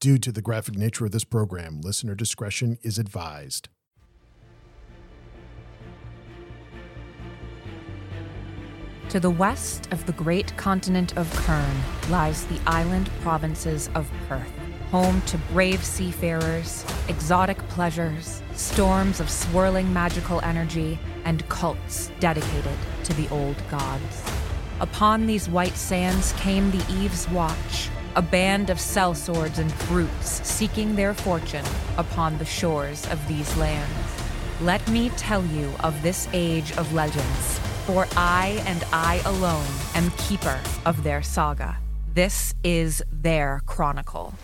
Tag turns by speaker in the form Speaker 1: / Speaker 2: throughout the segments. Speaker 1: Due to the graphic nature of this program, listener discretion is advised.
Speaker 2: To the west of the great continent of Kern lies the island provinces of Perth, home to brave seafarers, exotic pleasures, storms of swirling magical energy, and cults dedicated to the old gods. Upon these white sands came the Eve's Watch, a band of sellswords and brutes seeking their fortune upon the shores of these lands. Let me tell you of this age of legends, for I and I alone am keeper of their saga. This is their chronicle.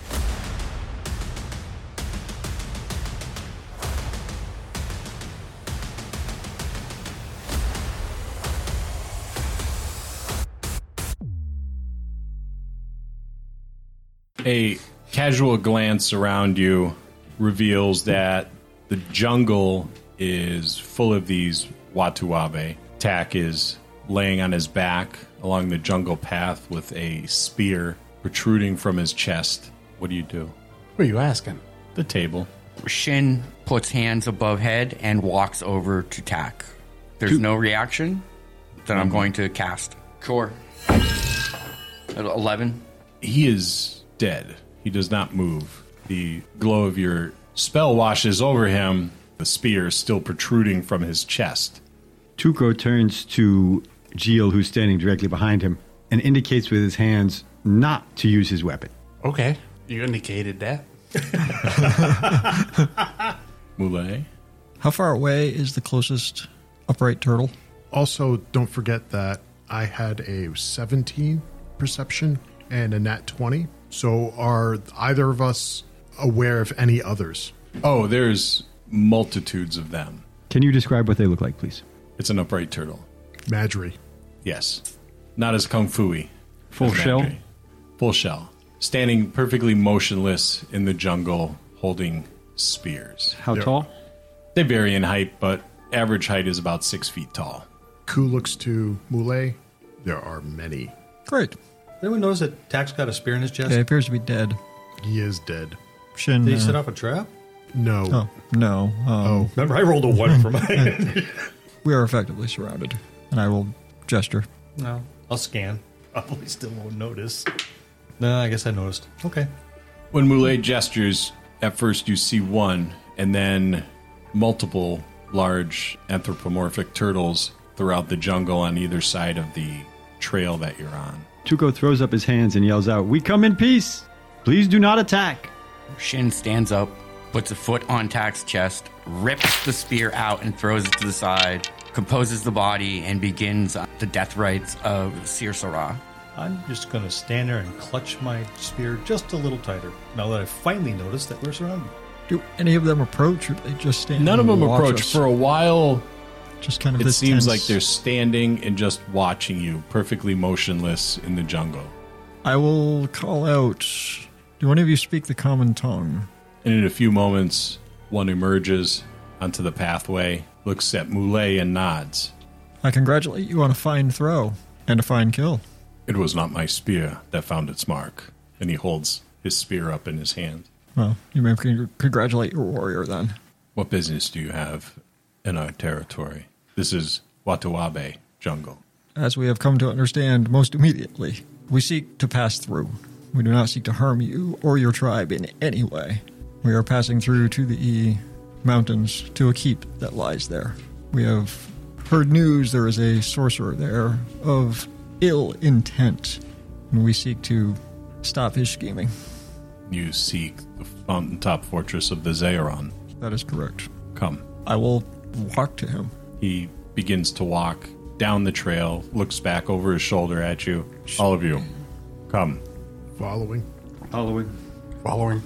Speaker 3: a casual glance around you reveals that the jungle is full of these watuabe. Tak is laying on his back along the jungle path with a spear protruding from his chest. What do you do?
Speaker 4: What are you asking?
Speaker 3: The table.
Speaker 5: Shin puts hands above head and walks over to Tack. There's no reaction. Then I'm going to cast. Sure. At 11.
Speaker 3: He is dead. He does not move. The glow of your spell washes over him, the spear still protruding from his chest.
Speaker 6: Tuco turns to Geel, who's standing directly behind him, and indicates with his hands not to use his weapon.
Speaker 4: Okay. You indicated that.
Speaker 3: Moulet.
Speaker 7: How far away is the closest upright turtle?
Speaker 1: Also, don't forget that I had a 17 perception and a nat 20. So, are either of us aware of any others?
Speaker 3: Oh, there's multitudes of them.
Speaker 6: Can you describe what they look like, please?
Speaker 3: It's an upright turtle.
Speaker 1: Madry.
Speaker 3: Yes. Not as kung fu
Speaker 6: Full shell?
Speaker 3: Full shell. Standing perfectly motionless in the jungle holding spears.
Speaker 6: How tall?
Speaker 3: They vary in height, but average height is about six feet tall.
Speaker 1: Ku looks to Moulet. There are many.
Speaker 7: Great.
Speaker 8: Anyone notice that Tack's got a spear in his chest?
Speaker 7: Okay, appears to be dead.
Speaker 1: He is dead.
Speaker 7: Shin.
Speaker 8: Did he
Speaker 7: uh,
Speaker 8: set off a trap?
Speaker 1: No.
Speaker 7: Oh, no. oh.
Speaker 8: Remember, I rolled a one for mine.
Speaker 7: We are effectively surrounded. And I will gesture.
Speaker 8: no, I'll scan. Probably still won't notice. No, I guess I noticed. Okay.
Speaker 3: When Moulet gestures, at first you see one, and then multiple large anthropomorphic turtles throughout the jungle on either side of the trail that you're on.
Speaker 6: Tuco throws up his hands and yells out, We come in peace! Please do not attack!
Speaker 5: Shin stands up, puts a foot on Tack's chest, rips the spear out and throws it to the side, composes the body, and begins the death rites of Sirsara.
Speaker 8: I'm just going to stand there and clutch my spear just a little tighter now that I finally noticed that we're surrounded.
Speaker 7: Do any of them approach or they just stand?
Speaker 3: None of
Speaker 7: and
Speaker 3: them
Speaker 7: watch
Speaker 3: approach.
Speaker 7: us?
Speaker 3: For a while,
Speaker 7: just kind of
Speaker 3: it
Speaker 7: this
Speaker 3: seems
Speaker 7: tense-
Speaker 3: like they're standing and just watching you, perfectly motionless in the jungle.
Speaker 7: I will call out. Do one of you speak the common tongue?
Speaker 3: And in a few moments, one emerges onto the pathway, looks at Moulet, and nods.
Speaker 7: I congratulate you on a fine throw and a fine kill.
Speaker 3: It was not my spear that found its mark. And he holds his spear up in his hand.
Speaker 7: Well, you may con- congratulate your warrior then.
Speaker 3: What business do you have in our territory? This is Watawabe jungle.
Speaker 7: As we have come to understand most immediately, we seek to pass through. We do not seek to harm you or your tribe in any way. We are passing through to the E mountains to a keep that lies there. We have heard news there is a sorcerer there of ill intent, and we seek to stop his scheming.
Speaker 3: You seek the fountaintop fortress of the Zeeron.
Speaker 7: That is correct.
Speaker 3: Come.
Speaker 7: I will walk to him.
Speaker 3: He begins to walk down the trail, looks back over his shoulder at you. All of you, come.
Speaker 1: Following.
Speaker 6: Following.
Speaker 4: Following.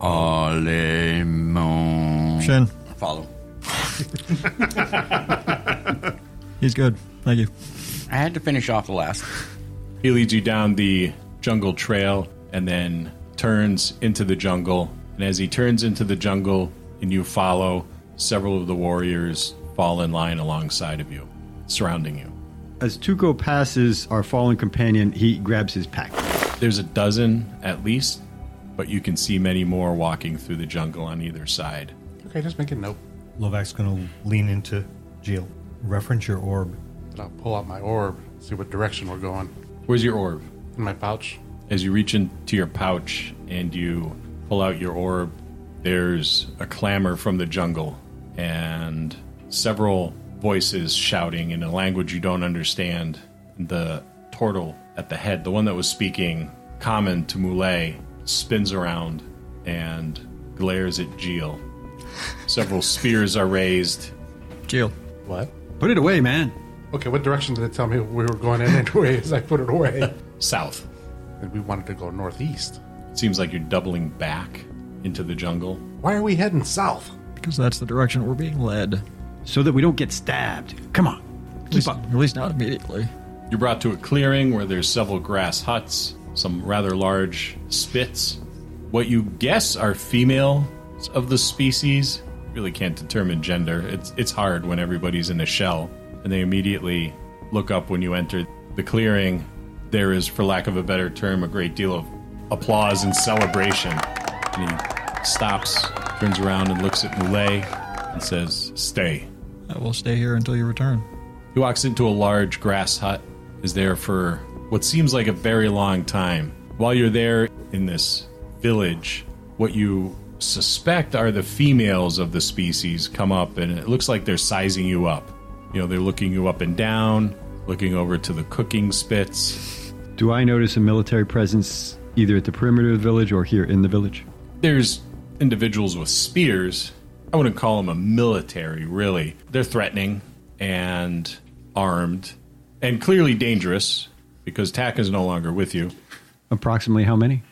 Speaker 5: Alemon.
Speaker 7: Shin,
Speaker 5: Follow.
Speaker 7: he's good. Thank you.
Speaker 5: I had to finish off the last.
Speaker 3: He leads you down the jungle trail and then turns into the jungle. And as he turns into the jungle and you follow, several of the warriors fall in line alongside of you, surrounding you.
Speaker 6: As Tuco passes our fallen companion, he grabs his pack.
Speaker 3: There's a dozen at least, but you can see many more walking through the jungle on either side.
Speaker 4: Okay, just make a note.
Speaker 8: Lovak's going to lean into Jill. Reference your orb.
Speaker 4: And I'll pull out my orb, see what direction we're going.
Speaker 3: Where's your orb?
Speaker 4: In my pouch.
Speaker 3: As you reach into your pouch and you pull out your orb, there's a clamor from the jungle and several voices shouting in a language you don't understand. The turtle at the head, the one that was speaking common to Moulet, spins around and glares at Geel. Several spears are raised.
Speaker 7: Jill.
Speaker 4: What?
Speaker 6: Put it away, man.
Speaker 4: Okay, what direction did it tell me we were going in anyway as I put it away?
Speaker 3: South.
Speaker 4: and we wanted to go northeast.
Speaker 3: It seems like you're doubling back into the jungle.
Speaker 4: Why are we heading south?
Speaker 7: Because that's the direction we're being led. At
Speaker 6: So that we don't get stabbed. Come on.
Speaker 7: least, at least not immediately.
Speaker 3: You're brought to a clearing where there's several grass huts, some rather large spits. What you guess are females of the species. Really can't determine gender. It's it's hard when everybody's in a shell, and they immediately look up when you enter the clearing. There is, for lack of a better term, a great deal of applause and celebration. And he stops, turns around, and looks at Moulet and says, "Stay."
Speaker 7: I will stay here until you return.
Speaker 3: He walks into a large grass hut, is there for what seems like a very long time. While you're there in this village, what you suspect are the females of the species come up, and it looks like they're sizing you up. You know, they're looking you up and down, looking over to the cooking spits.
Speaker 6: Do I notice a military presence either at the perimeter of the village or here in the village?
Speaker 3: There's individuals with spears. I wouldn't call them a military, really. They're threatening and armed and clearly dangerous because Tak is no longer with you.
Speaker 6: Approximately how many?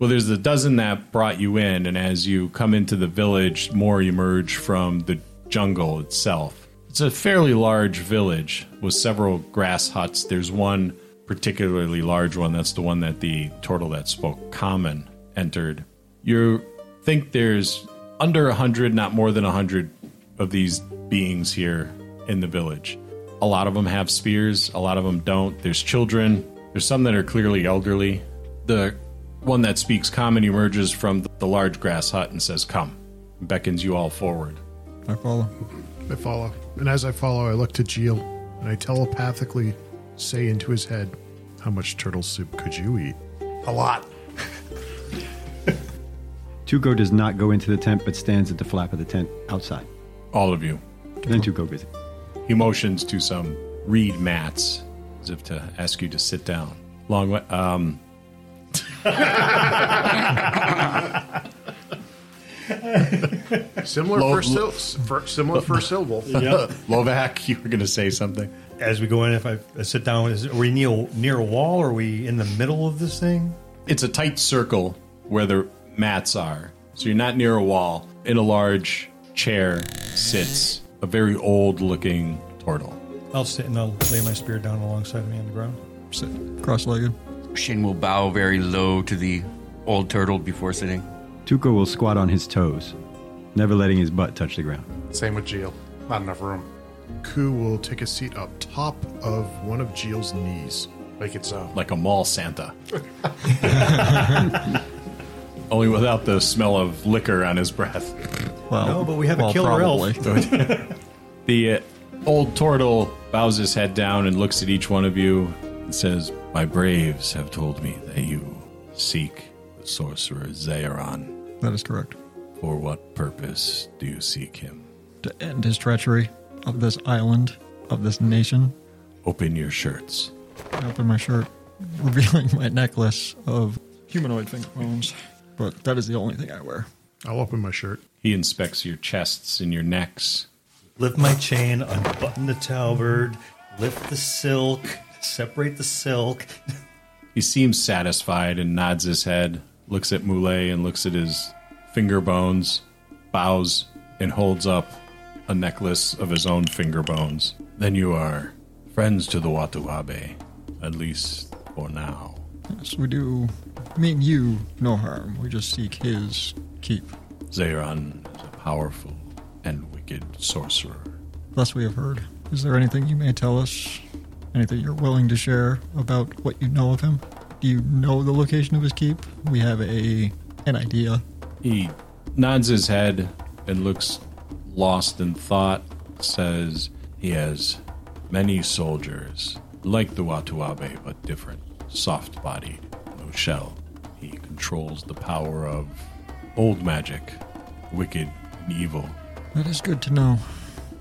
Speaker 3: Well, there's the dozen that brought you in, and as you come into the village, more emerge from the jungle itself. It's a fairly large village with several grass huts. There's one particularly large one. That's the one that the turtle that spoke common entered. You think there's under a 100, not more than a 100 of these beings here in the village. A lot of them have spears, a lot of them don't. There's children, there's some that are clearly elderly. The one that speaks common emerges from the large grass hut and says, Come, and beckons you all forward.
Speaker 7: I follow.
Speaker 1: I follow. And as I follow, I look to Geel and I telepathically say into his head, How much turtle soup could you eat?
Speaker 4: A lot.
Speaker 6: Tuco does not go into the tent but stands at the flap of the tent outside.
Speaker 3: All of you.
Speaker 6: Then Tuco goes in.
Speaker 3: He motions to some reed mats as if to ask you to sit down. Long way. Um,
Speaker 9: Similar
Speaker 3: Low-
Speaker 9: first, sil- fir- similar first syllable.
Speaker 8: Yeah.
Speaker 3: Lovac, you were going to say something.
Speaker 8: As we go in, if I, I sit down, is, are we near, near a wall? Are we in the middle of this thing?
Speaker 3: It's a tight circle where the mats are. So you're not near a wall. In a large chair sits a very old looking turtle.
Speaker 8: I'll sit and I'll lay my spear down alongside me on the ground.
Speaker 7: Sit cross-legged.
Speaker 5: Shin will bow very low to the old turtle before sitting.
Speaker 6: Tuco will squat on his toes, never letting his butt touch the ground.
Speaker 4: Same with Geo. Not enough room.
Speaker 1: Ku will take a seat up top of one of Geel's knees.
Speaker 4: Make it so.
Speaker 3: like a mall Santa. Only without the smell of liquor on his breath.
Speaker 7: Well,
Speaker 8: No, but we have a
Speaker 7: well,
Speaker 8: killer elf.
Speaker 7: probably.
Speaker 3: The uh, old turtle bows his head down and looks at each one of you and says, My braves have told me that you seek the sorcerer Zaeron.
Speaker 7: That is correct.
Speaker 3: For what purpose do you seek him?
Speaker 7: To end his treachery of this island, of this nation,
Speaker 3: Open your shirts.
Speaker 7: I open my shirt, revealing my necklace of humanoid finger bones. But that is the only thing I wear.
Speaker 1: I'll open my shirt.
Speaker 3: He inspects your chests and your necks.
Speaker 8: Lift my chain, unbutton the talberd, lift the silk, separate the silk.
Speaker 3: He seems satisfied and nods his head, looks at Moulet and looks at his finger bones, bows, and holds up a necklace of his own finger bones. Then you are friends to the Watawabe, at least for now.
Speaker 7: Yes, we do mean you no harm. We just seek his keep.
Speaker 3: Zeron is a powerful and wicked sorcerer.
Speaker 7: Thus we have heard. Is there anything you may tell us? Anything you're willing to share about what you know of him? Do you know the location of his keep? We have a an idea.
Speaker 3: He nods his head and looks lost in thought. Says he has many soldiers, like the Watuabe, but different, soft bodied, no shell. He controls the power of old magic, wicked and evil.
Speaker 7: That is good to know.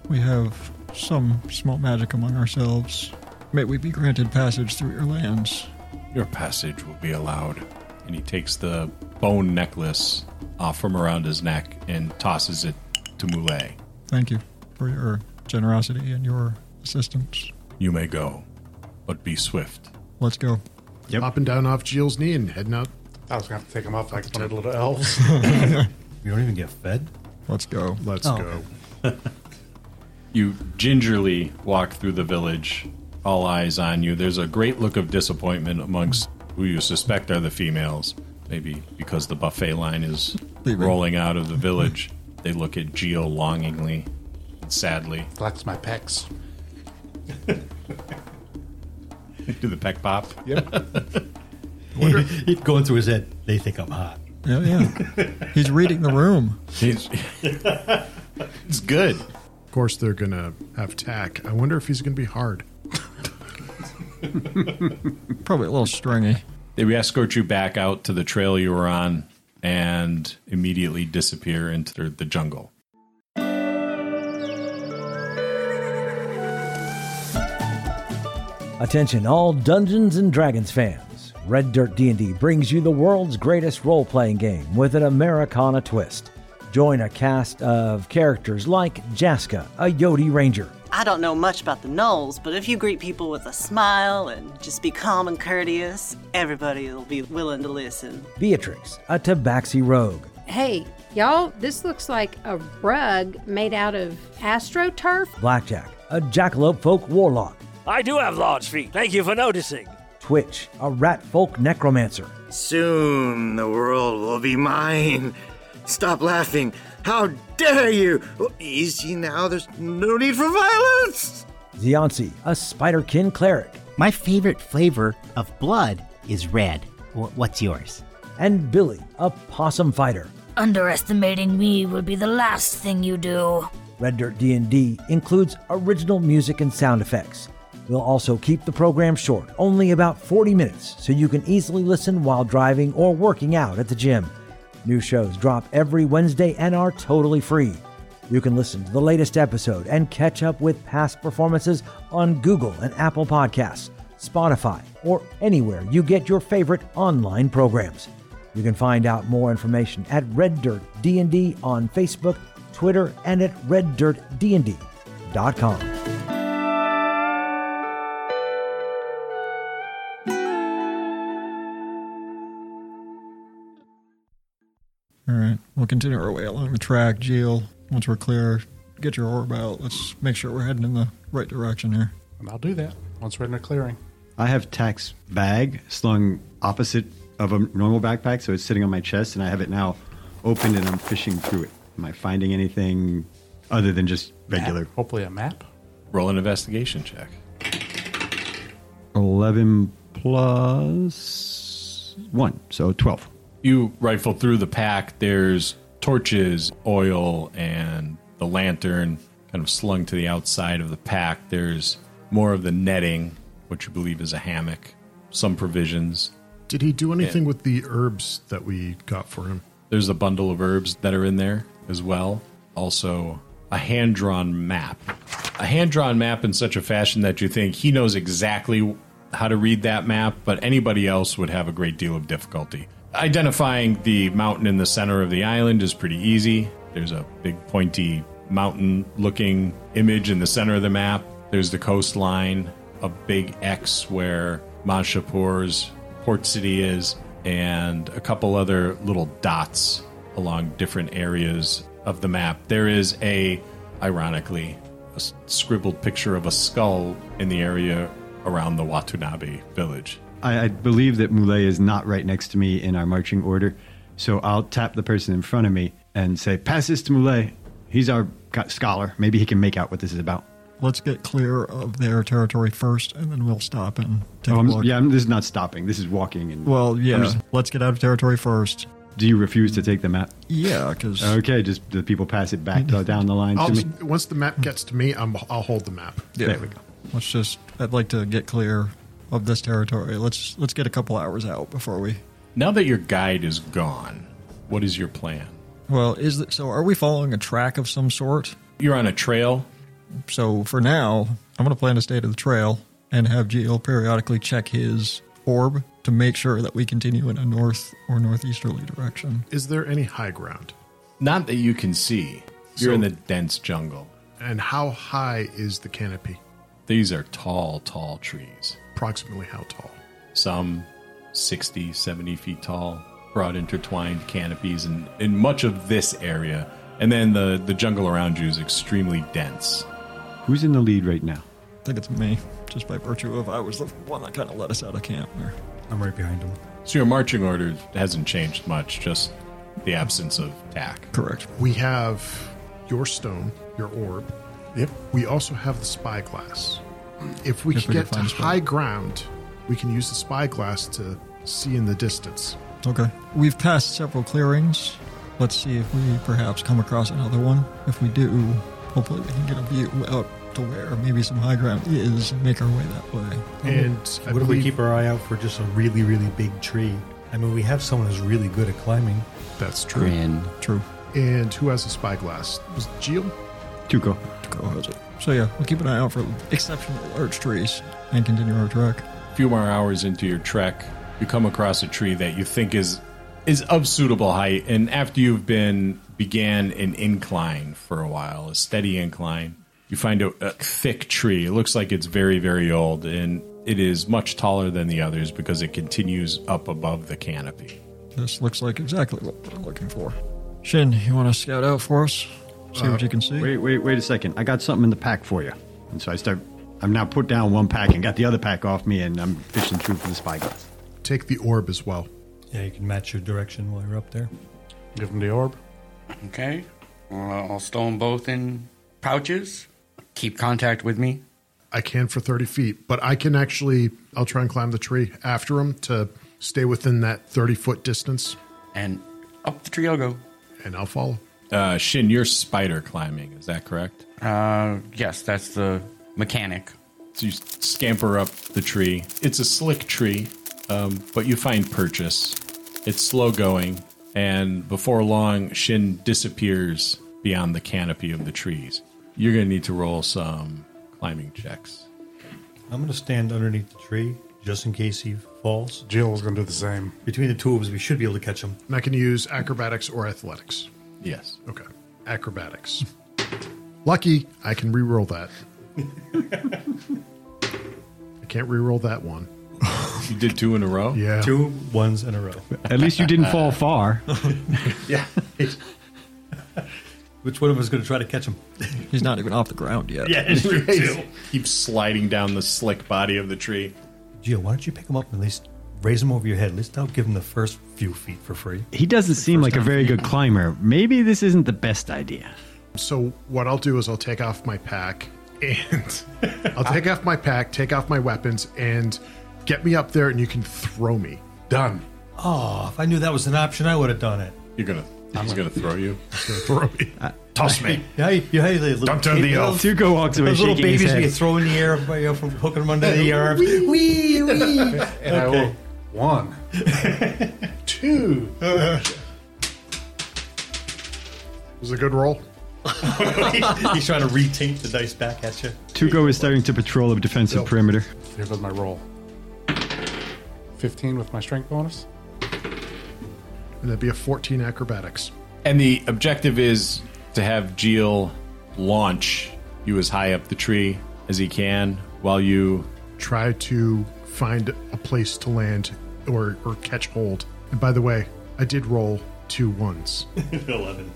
Speaker 7: We have some small magic among ourselves. May we be granted passage through your lands.
Speaker 3: Your passage will be allowed. And he takes the bone necklace off from around his neck and tosses it to Moulet.
Speaker 7: Thank you for your generosity and your assistance.
Speaker 3: You may go, but be swift.
Speaker 7: Let's go.
Speaker 6: Yep.
Speaker 1: Hopping down off Jill's knee and heading out.
Speaker 4: I was gonna have to take them off like one of the little elves.
Speaker 8: You don't even get fed.
Speaker 7: Let's go.
Speaker 1: Let's
Speaker 8: Oh,
Speaker 1: go.
Speaker 3: You gingerly walk through the village, all eyes on you. There's a great look of disappointment amongst who you suspect are the females. Maybe because the buffet line is
Speaker 7: Leaving.
Speaker 3: rolling out of the village. they look at Geo longingly and sadly.
Speaker 4: Flex my pecs.
Speaker 3: Do the peck pop.
Speaker 8: Going through his head, they think I'm hot.
Speaker 7: Yeah, yeah. He's reading the room.
Speaker 3: It's, it's good.
Speaker 1: Of course, they're going to have tack. I wonder if he's going to be hard.
Speaker 7: Probably a little stringy.
Speaker 3: They escort you back out to the trail you were on and immediately disappear into the jungle.
Speaker 10: Attention all Dungeons and Dragons fans. Red Dirt D&D brings you the world's greatest role-playing game with an Americana twist. Join a cast of characters like Jaska, a Yodi Ranger,
Speaker 11: I don't know much about the Knolls, but if you greet people with a smile and just be calm and courteous, everybody will be willing to listen.
Speaker 10: Beatrix, a Tabaxi Rogue,
Speaker 12: Hey, y'all, this looks like a rug made out of astroturf.
Speaker 10: Blackjack, a Jackalope Folk Warlock,
Speaker 13: I do have large feet. Thank you for noticing.
Speaker 10: Twitch, a Rat Folk Necromancer,
Speaker 14: Soon the world will be mine. Stop laughing. How dare you? Well, You see now there's no need for violence.
Speaker 10: Ziansi, a Spiderkin Cleric,
Speaker 15: My favorite flavor of blood is red. Wh- What's yours?
Speaker 10: and Billy, a Possum Fighter.
Speaker 16: Underestimating me would be the last thing you do.
Speaker 10: Red Dirt D&D includes original music and sound effects. We'll also keep the program short, only about 40 minutes, so you can easily listen while driving or working out at the gym. New shows drop every Wednesday and are totally free. You can listen to the latest episode and catch up with past performances on Google and Apple Podcasts, Spotify, or anywhere you get your favorite online programs. You can find out more information at Red Dirt D&D on Facebook, Twitter, and at reddirtdnd.com.
Speaker 7: All right. We'll continue our way along the track. Geel, once we're clear, get your orb out. Let's make sure we're heading in the right direction here.
Speaker 4: And I'll do that once we're in the clearing.
Speaker 6: I have Tack's bag slung opposite of a normal backpack, so it's sitting on my chest, and I have it now opened, and I'm fishing through it. Am I finding anything other than just regular?
Speaker 4: Hopefully a map.
Speaker 3: Roll an investigation check.
Speaker 6: 11 plus 1, so 12.
Speaker 3: You rifle through the pack. There's torches, oil, and the lantern kind of slung to the outside of the pack. There's more of the netting, what you believe is a hammock, some provisions.
Speaker 1: Did he do anything with the herbs that we got for him?
Speaker 3: There's a bundle of herbs that are in there as well. Also, a hand drawn map. A hand drawn map in such a fashion that you think he knows exactly how to read that map, but anybody else would have a great deal of difficulty. Identifying the mountain in the center of the island is pretty easy. There's a big pointy mountain looking image in the center of the map. There's the coastline, a big X where Manshapur's port city is, and a couple other little dots along different areas of the map. There is a, ironically, a s- scribbled picture of a skull in the area around the Watanabe village.
Speaker 6: I, I believe that Moulet is not right next to me in our marching order, so I'll tap the person in front of me and say, Pass this to Moulet. He's our co- scholar. Maybe he can make out what this is about.
Speaker 7: Let's get clear of their territory first, and then we'll stop and take
Speaker 6: Oh,
Speaker 7: a
Speaker 6: I'm-
Speaker 7: look.
Speaker 6: yeah, I'm, this is not stopping. This is walking. And
Speaker 7: Well, yeah.
Speaker 6: I'm just-
Speaker 7: Let's get out of territory first.
Speaker 6: Do you refuse to take the map?
Speaker 7: Yeah, because
Speaker 6: okay, just the people pass it back to, down the line
Speaker 1: I'll
Speaker 6: to me.
Speaker 1: just- once the map gets to me, I'm, I'll hold the map.
Speaker 6: There we go.
Speaker 7: Let's just. I'd like to get clear of this territory. Let's let's get a couple hours out before we.
Speaker 3: Now that your guide is gone, what is your plan?
Speaker 7: Well, is th- so? Are we following a track of some sort?
Speaker 3: You're on a trail.
Speaker 7: So for now, I'm going to plan to stay to the trail and have Geo periodically check his orb to make sure that we continue in a north or northeasterly direction.
Speaker 1: Is there any high ground?
Speaker 3: Not that you can see. You're
Speaker 1: So-
Speaker 3: in the dense jungle.
Speaker 1: And how high is the canopy?
Speaker 3: These are tall, tall trees.
Speaker 1: Approximately how tall?
Speaker 3: Some 60, 70 feet tall, broad intertwined canopies in, in much of this area. And then the, the jungle around you is extremely dense.
Speaker 6: Who's in the lead right now?
Speaker 7: I think it's me, just by virtue of I was the one that kind of let us out of camp. There.
Speaker 3: I'm right behind him. So your marching order hasn't changed much, just the absence of tack.
Speaker 7: Correct.
Speaker 1: We have your stone, your orb. Yep. We also have the spyglass. If we
Speaker 7: If we can
Speaker 1: can get to
Speaker 7: find a spy.
Speaker 1: high ground, we can use the spyglass to see in the distance.
Speaker 7: Okay. We've passed several clearings. Let's see if we perhaps come across another one. If we do, hopefully we can get a view out to where maybe some high ground is and make our way that way.
Speaker 1: And I
Speaker 8: what if we
Speaker 1: believe-
Speaker 8: keep our eye out for just a really, really big tree? I mean, we have someone who's really good at climbing.
Speaker 1: That's true.
Speaker 7: True.
Speaker 1: And who has the spyglass? Was it Gio?
Speaker 6: Tuco.
Speaker 7: Tuco has it. So yeah, we'll keep an eye out for exceptional large trees and continue our track.
Speaker 3: A few more hours into your trek, you come across a tree that you think is is of suitable height, and after you've been began an incline for a while, a steady incline, you find a, a thick tree. It looks like it's very, very old, and it is much taller than the others because it continues up above the canopy.
Speaker 7: This looks like exactly what we're looking for. Shin, you want to scout out for us? See
Speaker 6: Uh,
Speaker 7: what you can see.
Speaker 6: Wait, wait, wait a second. I got something in the pack for you. And so I start. I'm now put down one pack and got the other pack off me, and I'm fishing through for the spyglass.
Speaker 1: Take the orb as well.
Speaker 8: Yeah, you can match your direction while you're up there.
Speaker 4: Give him the orb.
Speaker 5: Okay. Well, I'll stow them both in pouches. Keep contact with me.
Speaker 1: I can for 30 feet, but I can actually, I'll try and climb the tree after him to stay within that 30 foot distance.
Speaker 5: And up the tree I'll go.
Speaker 1: And I'll follow.
Speaker 3: Uh, Shin, you're spider climbing. Is that correct?
Speaker 5: Uh, yes, that's the mechanic.
Speaker 3: So you scamper up the tree. It's a slick tree, um, but you find purchase. It's slow going, and before long, Shin disappears beyond the canopy of the trees. You're going to need to roll some climbing checks.
Speaker 8: I'm going to stand underneath the tree just in case he falls.
Speaker 4: Jill's going to do the same.
Speaker 8: Between the two of us, we should be able to catch him.
Speaker 1: And I can use acrobatics or athletics.
Speaker 3: Yes.
Speaker 1: Okay. Acrobatics. Lucky, I can reroll that. I can't reroll that one.
Speaker 3: You did two in a row?
Speaker 1: Yeah.
Speaker 8: Two ones in a row.
Speaker 6: At least you didn't fall far.
Speaker 8: yeah. Which one of us is going to try to catch him?
Speaker 7: He's not even off the ground yet.
Speaker 8: Yeah, it's true, too.
Speaker 3: Keeps sliding down the slick body of the tree.
Speaker 8: Gio, why don't you pick him up and at least raise him over your head? At least I'll give him the first few feet for free.
Speaker 6: He doesn't seem like a very good climber. Maybe this isn't the best idea.
Speaker 1: So what I'll do is I'll take off my pack and I'll take off my pack, take off my weapons, and get me up there and you can throw me.
Speaker 4: Done.
Speaker 8: Oh, if I knew that was an option, I would have done it.
Speaker 3: You're going to. He's going to throw you.
Speaker 1: throw me. Toss me.
Speaker 8: Yeah, you, yeah, you little
Speaker 3: Don't turn
Speaker 8: kid-
Speaker 3: the
Speaker 8: little-
Speaker 3: elf. Tuco walks away
Speaker 8: Those little
Speaker 3: shaking his
Speaker 8: babies
Speaker 3: head.
Speaker 8: get thrown in the air by you from hooking them under the arm.
Speaker 4: Wee,
Speaker 8: wee, wee.
Speaker 4: And I will. One.
Speaker 1: Two. was a good roll.
Speaker 8: He's trying to retaint the dice back at you.
Speaker 6: Tuco is starting to patrol the defensive perimeter.
Speaker 4: Here goes my roll. 15 with my strength bonus.
Speaker 1: And that'd be a 14 acrobatics.
Speaker 3: And the objective is to have Geel launch you as high up the tree as he can while you
Speaker 1: Try to find a place to land or, or catch hold. And by the way, I did roll two ones.
Speaker 8: 11.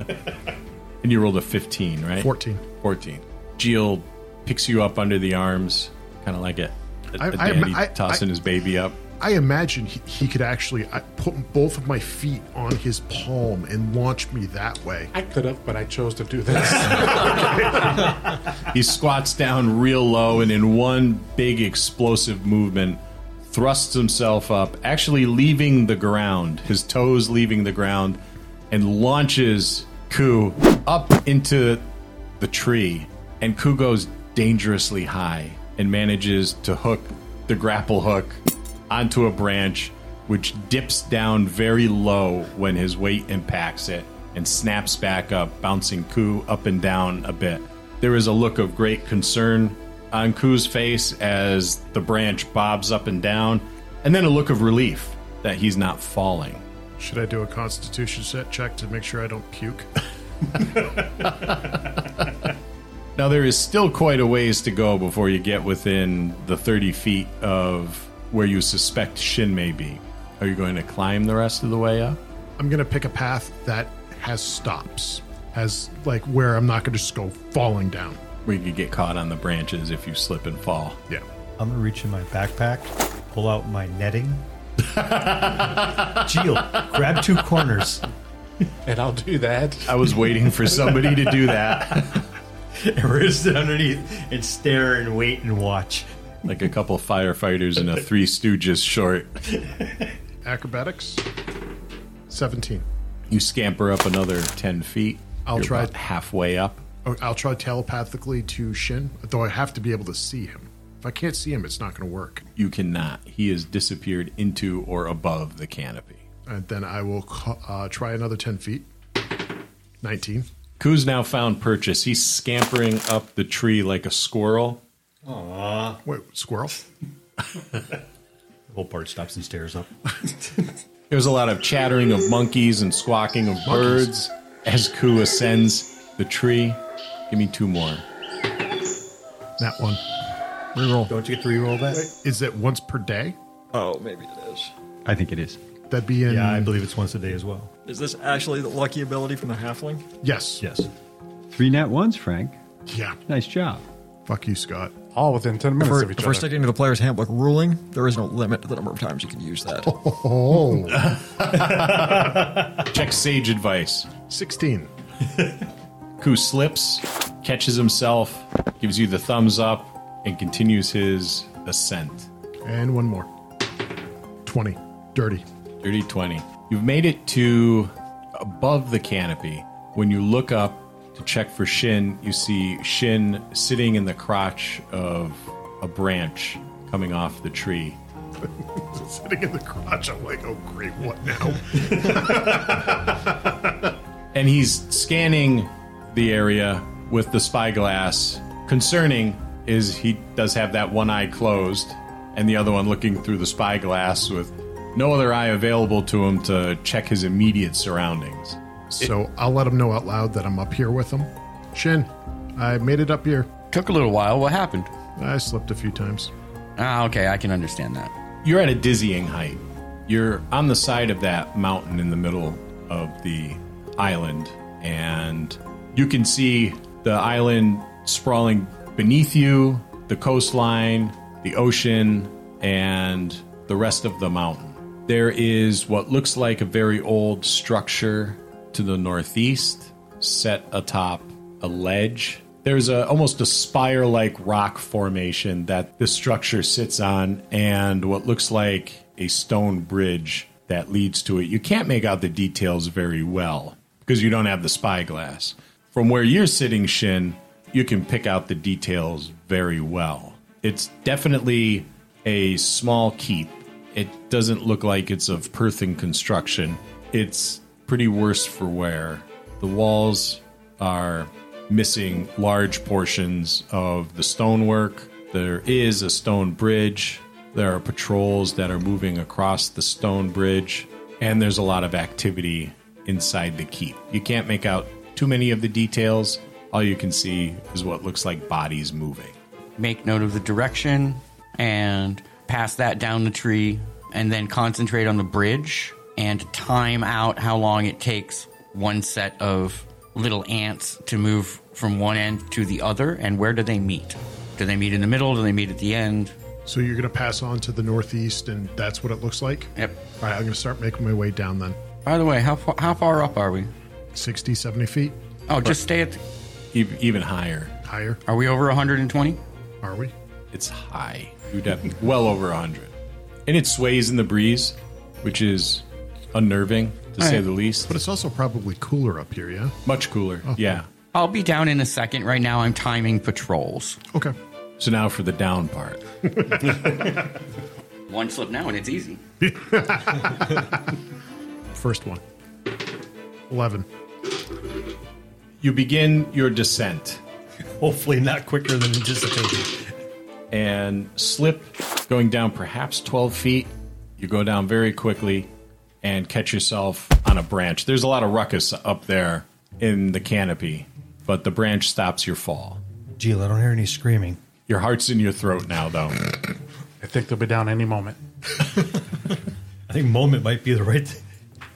Speaker 3: And you rolled a 15, right?
Speaker 1: 14.
Speaker 3: 14. Geel picks you up under the arms, kind of like a, a,
Speaker 1: I-
Speaker 3: a
Speaker 1: I-
Speaker 3: daddy
Speaker 1: I-
Speaker 3: tossing
Speaker 1: I-
Speaker 3: his baby up.
Speaker 1: I imagine he, he could actually I, put both of my feet on his palm and launch me that way.
Speaker 4: I could have, but I chose to do this.
Speaker 3: He squats down real low and in one big explosive movement thrusts himself up, actually leaving the ground, his toes leaving the ground, and launches Ku up into the tree. And Ku goes dangerously high and manages to hook the grapple hook onto a branch, which dips down very low when his weight impacts it and snaps back up, bouncing Ku up and down a bit. There is a look of great concern on Ku's face as the branch bobs up and down, and then a look of relief that he's not falling.
Speaker 1: Should I do a constitution set check to make sure I don't puke?
Speaker 3: Now, there is still quite a ways to go before you get within the 30 feet of where you suspect Shin may be. Are you going to climb the rest of the way up?
Speaker 1: I'm going to pick a path that has stops, has like where I'm not going to just go falling down.
Speaker 3: Where you could get caught on the branches if you slip and fall.
Speaker 1: Yeah.
Speaker 8: I'm gonna reach in my backpack, pull out my netting. Geo, grab two corners.
Speaker 4: And I'll do that.
Speaker 3: I was waiting for somebody to do that.
Speaker 8: Roost underneath and stare and wait and watch.
Speaker 3: Like a couple firefighters in a Three Stooges short.
Speaker 1: Acrobatics, 17.
Speaker 3: You scamper up another 10 feet.
Speaker 1: I'll
Speaker 3: You're
Speaker 1: try-
Speaker 3: about halfway up.
Speaker 1: Oh, I'll try telepathically to Shin, though I have to be able to see him. If I can't see him, it's not going to work.
Speaker 3: You cannot. He has disappeared into or above the canopy.
Speaker 1: And then I will ca- uh, try another 10 feet. 19.
Speaker 3: Ku's now found purchase. He's scampering up the tree like a squirrel.
Speaker 8: Aww.
Speaker 1: Wait, squirrel?
Speaker 8: The whole part stops and stares up.
Speaker 3: There's a lot of chattering of monkeys and squawking of birds as Ku ascends the tree. Give me two more.
Speaker 1: That one.
Speaker 8: Reroll. Don't you get to reroll that?
Speaker 1: Is it once per day?
Speaker 7: Oh, maybe it is.
Speaker 6: I think it is.
Speaker 1: That'd be in.
Speaker 8: Yeah, I believe it's once a day as well.
Speaker 7: Is this actually the lucky ability from the halfling?
Speaker 1: Yes.
Speaker 8: Yes.
Speaker 6: Three net ones, Frank.
Speaker 1: Yeah.
Speaker 6: Nice job.
Speaker 1: Fuck you, Scott.
Speaker 4: All within 10 minutes
Speaker 7: For,
Speaker 4: of each
Speaker 7: for
Speaker 4: other.
Speaker 7: sticking to the player's handbook ruling, there is no limit to the number of times you can use that.
Speaker 1: Oh.
Speaker 3: Check sage advice.
Speaker 1: 16.
Speaker 3: Ku slips, catches himself, gives you the thumbs up, and continues his ascent.
Speaker 1: And one more. 20. Dirty.
Speaker 3: Dirty 20. You've made it to above the canopy. When you look up to check for Shin, you see Shin sitting in the crotch of a branch coming off the tree.
Speaker 1: Sitting in the crotch, I'm like, oh, great, what now?
Speaker 3: and he's scanning the area with the spyglass. Concerning is he does have that one eye closed and the other one looking through the spyglass with no other eye available to him to check his immediate surroundings.
Speaker 1: So I'll let him know out loud that I'm up here with him. Shin, I made it up here.
Speaker 5: Took a little while. What happened?
Speaker 1: I slipped a few times.
Speaker 5: Ah, okay, I can understand that.
Speaker 3: You're at a dizzying height. You're on the side of that mountain in the middle of the island, and you can see the island sprawling beneath you, the coastline, the ocean, and the rest of the mountain. There is what looks like a very old structure to the northeast, set atop a ledge. There's a almost a spire-like rock formation that this structure sits on, and what looks like a stone bridge that leads to it. You can't make out the details very well because you don't have the spyglass. From where you're sitting, Shin, you can pick out the details very well. It's definitely a small keep. It doesn't look like it's of Perthin construction. It's pretty worse for wear. The walls are missing large portions of the stonework. There is a stone bridge. There are patrols that are moving across the stone bridge. And there's a lot of activity inside the keep. You can't make out too many of the details. All you can see is what looks like bodies moving.
Speaker 5: Make note of the direction and pass that down the tree, and then concentrate on the bridge and time out how long it takes one set of little ants to move from one end to the other, and where do they meet? Do they meet in the middle? Do they meet at the end?
Speaker 1: So you're going to pass on to the northeast, and that's what it looks like?
Speaker 5: Yep.
Speaker 1: All right, I'm going to start making my way down then.
Speaker 5: By the way, how far, how far up are we?
Speaker 1: 60, 70 feet
Speaker 5: Oh, just stay at. The,
Speaker 3: Ev- Even higher.
Speaker 1: higher,
Speaker 5: are we over 120?
Speaker 1: are we?
Speaker 3: It's high. You'd have well over 100. and it sways in the breeze, which is unnerving to
Speaker 1: All
Speaker 3: say
Speaker 1: right.
Speaker 3: the least.
Speaker 1: But it's also probably cooler up here, yeah?
Speaker 3: Much cooler, yeah.
Speaker 5: I'll be down in a second. Right now, I'm timing patrols.
Speaker 1: Okay.
Speaker 3: So now for the down part.
Speaker 5: One slip now, and it's easy.
Speaker 1: First one. 11.
Speaker 3: You begin your descent.
Speaker 8: Hopefully, not quicker than anticipated.
Speaker 3: And slip going down perhaps 12 feet. You go down very quickly and catch yourself on a branch. There's a lot of ruckus up there in the canopy, but the branch stops your fall.
Speaker 8: Gila, I don't hear any screaming.
Speaker 3: Your heart's in your throat now, though.
Speaker 4: I think they'll be down any moment.
Speaker 8: I think moment might be the right thing.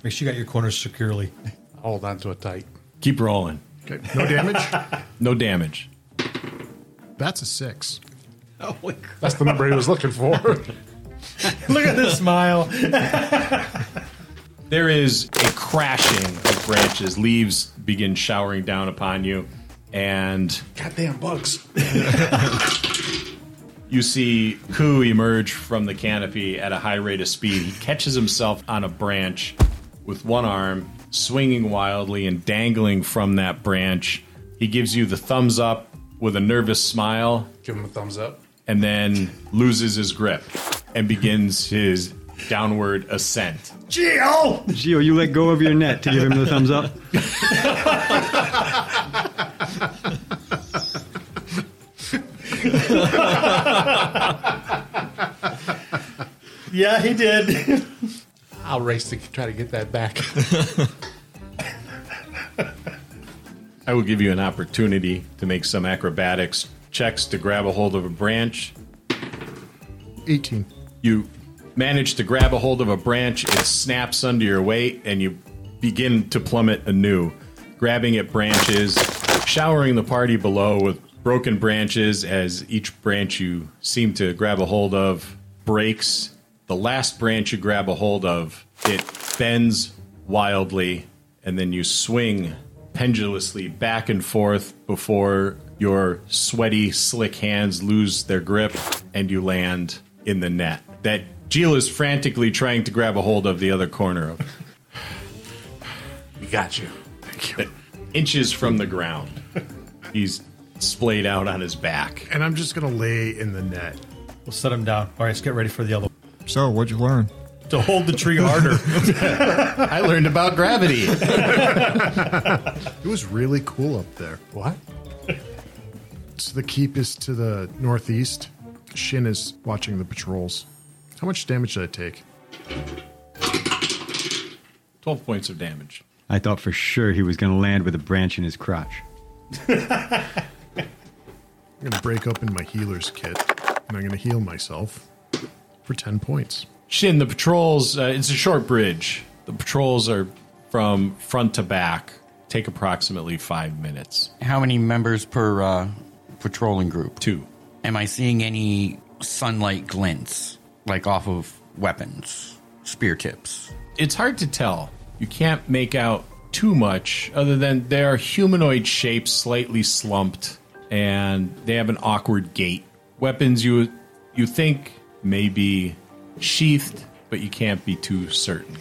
Speaker 8: Make sure you got your corners securely. Hold on to it tight.
Speaker 3: Keep rolling.
Speaker 1: Okay. No damage?
Speaker 3: No damage.
Speaker 1: That's a six.
Speaker 4: That's the number he was looking for.
Speaker 8: Look at this smile.
Speaker 3: There is a crashing of branches. Leaves begin showering down upon you, and
Speaker 4: Goddamn bugs.
Speaker 3: you see Ku emerge from the canopy at a high rate of speed. He catches himself on a branch with one arm, swinging wildly and dangling from that branch. He gives you the thumbs up with a nervous smile.
Speaker 4: Give him a thumbs up.
Speaker 3: and then loses his grip and begins his downward ascent.
Speaker 6: Geo! Geo, you let go of your net to give him the thumbs up.
Speaker 8: Yeah, he did.
Speaker 4: I'll race to try to get that back.
Speaker 3: I will give you an opportunity to make some acrobatics checks to grab a hold of a branch.
Speaker 1: 18.
Speaker 3: You manage to grab a hold of a branch, it snaps under your weight, and you begin to plummet anew, grabbing at branches, showering the party below with broken branches as each branch you seem to grab a hold of breaks. The last branch you grab a hold of, it bends wildly, and then you swing pendulously back and forth before your sweaty, slick hands lose their grip and you land in the net that Gila is frantically trying to grab a hold of the other corner of.
Speaker 4: We got you.
Speaker 3: Thank you. Inches from the ground. He's splayed out on his back.
Speaker 1: And I'm just going to lay in the net.
Speaker 8: We'll set him down. All right, let's get ready for the other one.
Speaker 7: So, what'd you learn?
Speaker 8: To hold the tree harder.
Speaker 3: I learned about gravity.
Speaker 1: It was really cool up there.
Speaker 4: What?
Speaker 1: So the keep is to the northeast. Shin is watching the patrols. How much damage did I take?
Speaker 3: 12 points of damage.
Speaker 6: I thought for sure he was going to land with a branch in his crotch.
Speaker 1: I'm going to break open my healer's kit and I'm going to heal myself for 10 points.
Speaker 3: Shin, the patrols, uh, it's a short bridge. The patrols are from front to back, take approximately five minutes.
Speaker 5: How many members per uh, patrolling group?
Speaker 3: Two.
Speaker 5: Am I seeing any sunlight glints, like off of weapons, spear tips?
Speaker 3: It's hard to tell. You can't make out too much other than they are humanoid shapes, slightly slumped, and they have an awkward gait. Weapons you you think may be sheathed, but you can't be too certain.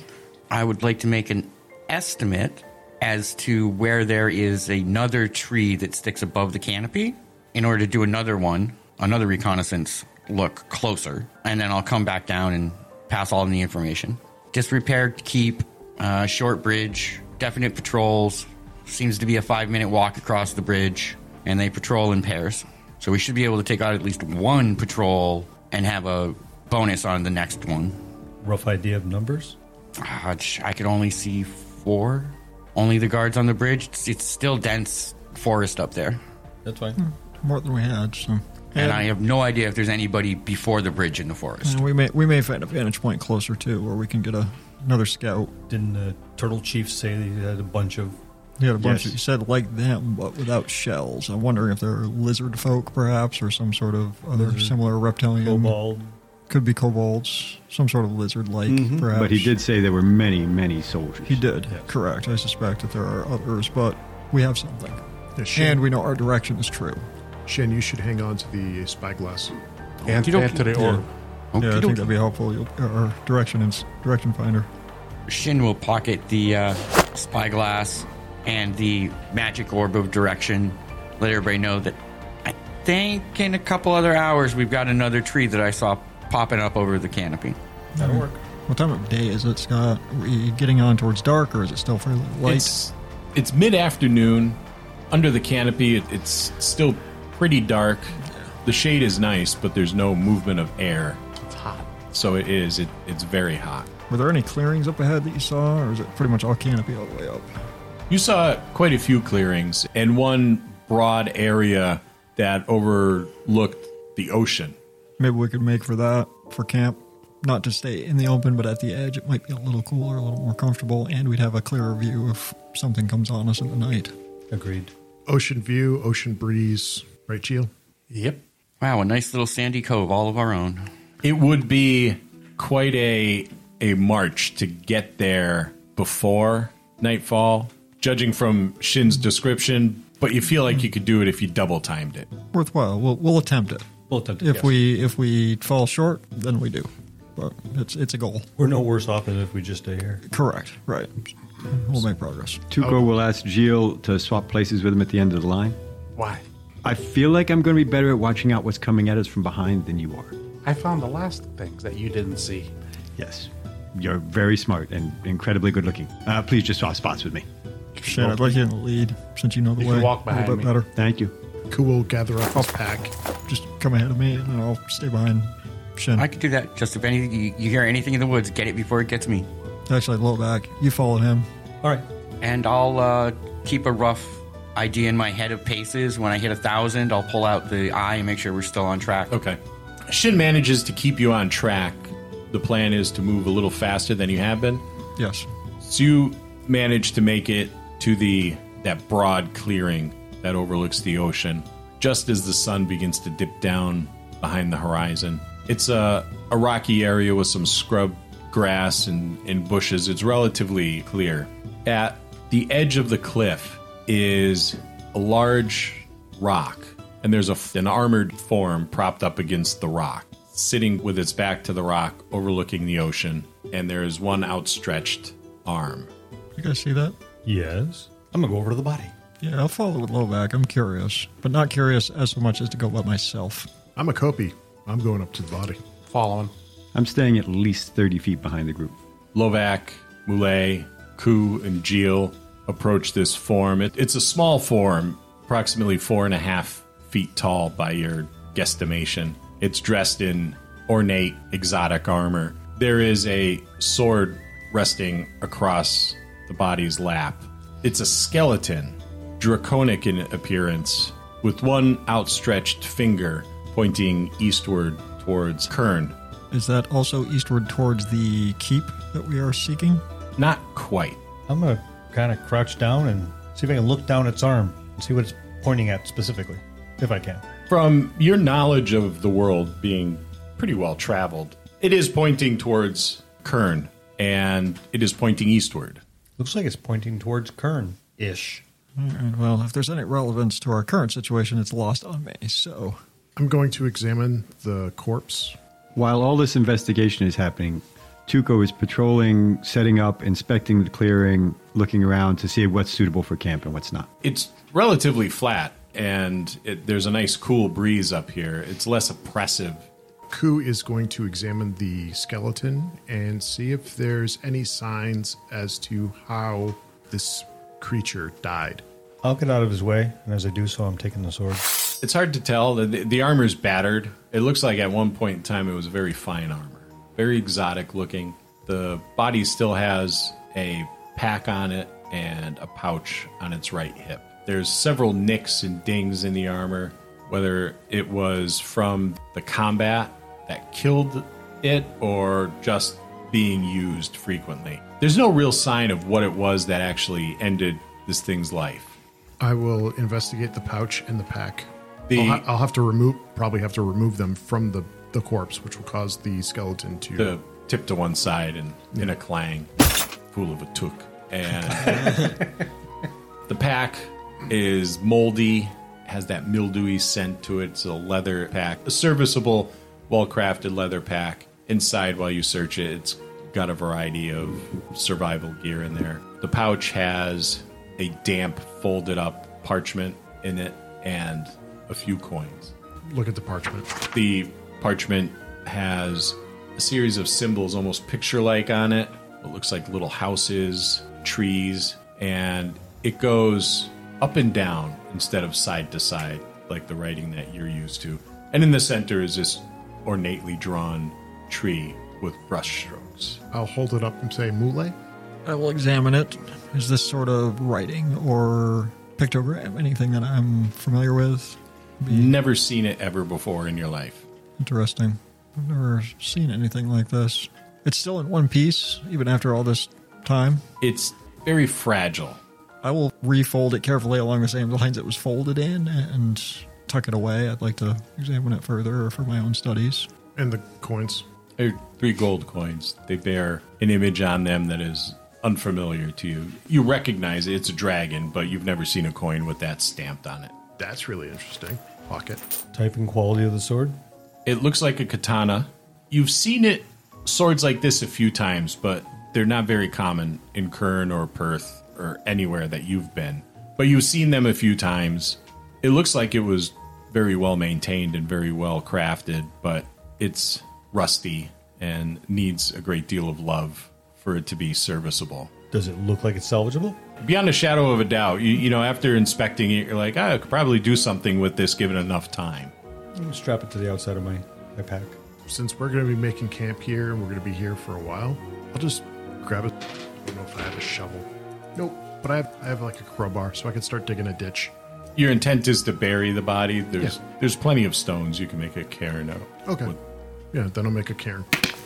Speaker 5: I would like to make an estimate as to where there is another tree that sticks above the canopy in order to do another one, another reconnaissance look closer, and then I'll come back down and pass all the information. Disrepaired keep, uh, short bridge, definite patrols. Seems to be a five minute walk across the bridge, and they patrol in pairs. So we should be able to take out at least one patrol and have a bonus on the next one.
Speaker 8: Rough idea of numbers?
Speaker 5: Ah, sh- I could only see four. Only the guards on the bridge. It's, it's still dense forest up there.
Speaker 8: That's fine.
Speaker 7: More than we had, so.
Speaker 5: And I have no idea if there's anybody before the bridge in the forest.
Speaker 7: And we may we may find a vantage point closer too, where we can get a another scout.
Speaker 8: Didn't uh, Turtle Chief say that he had a bunch of.
Speaker 7: You had a bunch.
Speaker 8: Yes.
Speaker 7: Of, you said like them, but without shells. I'm wondering if they're lizard folk, perhaps, or some sort of other
Speaker 8: Lizard.
Speaker 7: similar reptilian.
Speaker 8: Kobold.
Speaker 7: Could be kobolds, some sort of lizard-like, perhaps.
Speaker 6: Mm-hmm. But he did say there were many, many soldiers.
Speaker 7: He did. Correct. I suspect that there are others, but we have something,
Speaker 1: Yeah, Shin,
Speaker 7: and we know our direction is true.
Speaker 1: Shin, you should hang on to the spyglass.
Speaker 4: And, and to the orb.
Speaker 7: yeah, I
Speaker 5: Okey-dokey.
Speaker 7: think that'd be helpful. You'll, or direction and direction finder.
Speaker 5: Shin will pocket the uh, spyglass and the magic orb of direction. Let everybody know that I think in a couple other hours we've got another tree that I saw popping up over the canopy.
Speaker 7: That'll work. What time of day is it, Scott? Are we getting on towards dark, or is it still fairly light?
Speaker 3: It's, it's mid afternoon. Under the canopy, it, it's still pretty dark. The shade is nice, but there's no movement of air. It's hot. So it is. It, it's very hot.
Speaker 7: Were there any clearings up ahead that you saw, or is it pretty much all canopy all the way up?
Speaker 3: You saw quite a few clearings and one broad area that overlooked the ocean.
Speaker 7: Maybe we could make for that for camp. Not to stay in the open, but at the edge, it might be a little cooler, a little more comfortable, and we'd have a clearer view if something comes on us in the night.
Speaker 8: Agreed.
Speaker 1: Ocean view, ocean breeze, right, Gio?
Speaker 5: Yep. Wow, a nice little sandy cove all of our own.
Speaker 3: It would be quite a a march to get there before nightfall, judging from Shin's description, but you feel like you could do it if you double timed it.
Speaker 7: Worthwhile. We'll, we'll attempt it.
Speaker 8: We'll attempt it,
Speaker 7: If
Speaker 8: yes.
Speaker 7: we if we fall short, then we do. But it's it's a goal.
Speaker 8: We're no worse off than if we just stay here.
Speaker 7: Correct. Right. We'll make progress.
Speaker 6: Tuco
Speaker 4: Oh.
Speaker 6: will ask Gio to swap places with him at the end of the line.
Speaker 4: Why?
Speaker 6: I feel like I'm going to be better at watching out what's coming at us from behind than you are.
Speaker 4: I found the last things that you didn't see.
Speaker 6: Yes. You're very smart and incredibly good looking. Uh, please just swap spots with me.
Speaker 7: Shit, I'd like you in the lead since you know the
Speaker 6: You
Speaker 7: way
Speaker 6: can walk
Speaker 7: a
Speaker 6: behind
Speaker 7: little bit
Speaker 6: me.
Speaker 7: better.
Speaker 6: Thank you.
Speaker 1: Cool. We'll gather up his pack.
Speaker 7: Just come ahead of me, and I'll stay behind. Shin.
Speaker 5: I could do that. Just if anything, you, you hear anything in the woods, get it before it gets me.
Speaker 7: Actually, low back. You follow him.
Speaker 8: All right.
Speaker 5: And I'll uh, keep a rough idea in my head of paces. When I hit a thousand, I'll pull out the eye and make sure we're still on track.
Speaker 3: Okay. Shin manages to keep you on track. The plan is to move a little faster than you have been.
Speaker 7: Yes.
Speaker 3: So you manage to make it to the that broad clearing that overlooks the ocean just as the sun begins to dip down behind the horizon. It's a, a rocky area with some scrub grass and, and bushes. It's relatively clear. At the edge of the cliff is a large rock, and there's a, an armored form propped up against the rock, sitting with its back to the rock, overlooking the ocean, and there is one outstretched arm.
Speaker 7: You guys see that?
Speaker 8: Yes. I'm gonna go over to the body.
Speaker 7: Yeah, I'll follow with low back. I'm curious, but not curious as so much as to go by myself.
Speaker 1: I'm a copy. I'm going up to the body.
Speaker 4: Following.
Speaker 6: I'm staying at least 30 feet behind the group.
Speaker 3: Lovac, Moulet, Ku, and Geel approach this form. It, it's a small form, approximately four and a half feet tall by your guesstimation. It's dressed in ornate, exotic armor. There is a sword resting across the body's lap. It's a skeleton, draconic in appearance, with one outstretched finger pointing eastward towards Kern.
Speaker 7: Is that also eastward towards the keep that we are seeking?
Speaker 3: Not quite.
Speaker 8: I'm gonna kind of crouch down and see if I can look down its arm and see what it's pointing at specifically, if I can.
Speaker 3: From your knowledge of the world being pretty well traveled, it is pointing towards Kern and it is pointing eastward.
Speaker 8: Looks like it's pointing towards Kern ish.
Speaker 7: All right, well, if there's any relevance to our current situation, it's lost on me. So
Speaker 1: I'm going to examine the corpse.
Speaker 6: While all this investigation is happening, Tuco is patrolling, setting up, inspecting the clearing, looking around to see what's suitable for camp and what's not.
Speaker 3: It's relatively flat and it, there's a nice cool breeze up here. It's less oppressive.
Speaker 1: Ku is going to examine the skeleton and see if there's any signs as to how this creature died.
Speaker 8: I'll get out of his way, and as I do so, I'm taking the sword.
Speaker 3: It's hard to tell. The, the armor's battered. It looks like at one point in time it was very fine armor, very exotic looking. The body still has a pack on it and a pouch on its right hip. There's several nicks and dings in the armor, whether it was from the combat that killed it or just being used frequently. There's no real sign of what it was that actually ended this thing's life.
Speaker 1: I will investigate the pouch and the pack.
Speaker 3: The-
Speaker 1: I'll, ha- I'll have to remove, probably have to remove them from the, the corpse, which will cause the skeleton to.
Speaker 3: the tip to one side and in a clang, fool of a took. And the pack is moldy, has that mildewy scent to it. It's a leather pack, a serviceable well crafted leather pack. Inside, while you search it, it's got a variety of survival gear in there. The pouch has a damp, folded up parchment in it and a few coins.
Speaker 1: Look at the parchment.
Speaker 3: The parchment has a series of symbols, almost picture like, on it. What looks like little houses, trees, and it goes up and down instead of side to side, like the writing that you're used to. And in the center is this ornately drawn tree with brush strokes.
Speaker 1: I'll hold it up and say, Mule?
Speaker 7: I will examine it. Is this sort of writing or pictogram anything that I'm familiar with?
Speaker 1: Mm.
Speaker 3: Never seen it ever before in your life.
Speaker 7: Interesting. I've never seen anything like this. It's still in one piece, even after all this time.
Speaker 3: It's very fragile.
Speaker 7: I will refold it carefully along the same lines it was folded in and tuck it away. I'd like to examine it further for my own studies.
Speaker 1: And the coins.
Speaker 3: They're three gold coins. They bear an image on them that is unfamiliar to you. You recognize it. It's a dragon, but you've never seen a coin with that stamped on it.
Speaker 1: That's really interesting. Pocket.
Speaker 8: Type and quality of the sword.
Speaker 3: It looks like a katana. You've seen it swords like this a few times, but they're not very common in Kern or Perth or anywhere that you've been. But you've seen them a few times. It looks like it was very well maintained and very well crafted, but it's rusty and needs a great deal of love for it to be serviceable.
Speaker 8: Does it look like it's salvageable?
Speaker 3: Beyond a shadow of a doubt, you, you know, after inspecting it, you're like, "Ah, I could probably do something with this given enough time.
Speaker 8: I'll strap it to the outside of my, my pack.
Speaker 1: Since we're going to be making camp here and we're going to be here for a while, I'll just grab it. I don't know if I have a shovel. Nope. But I have, I have like a crowbar, so I can start digging a ditch.
Speaker 3: Your intent is to bury the body. There's there's plenty of stones you can make a cairn out.
Speaker 1: Okay. Yeah, then I'll make a cairn.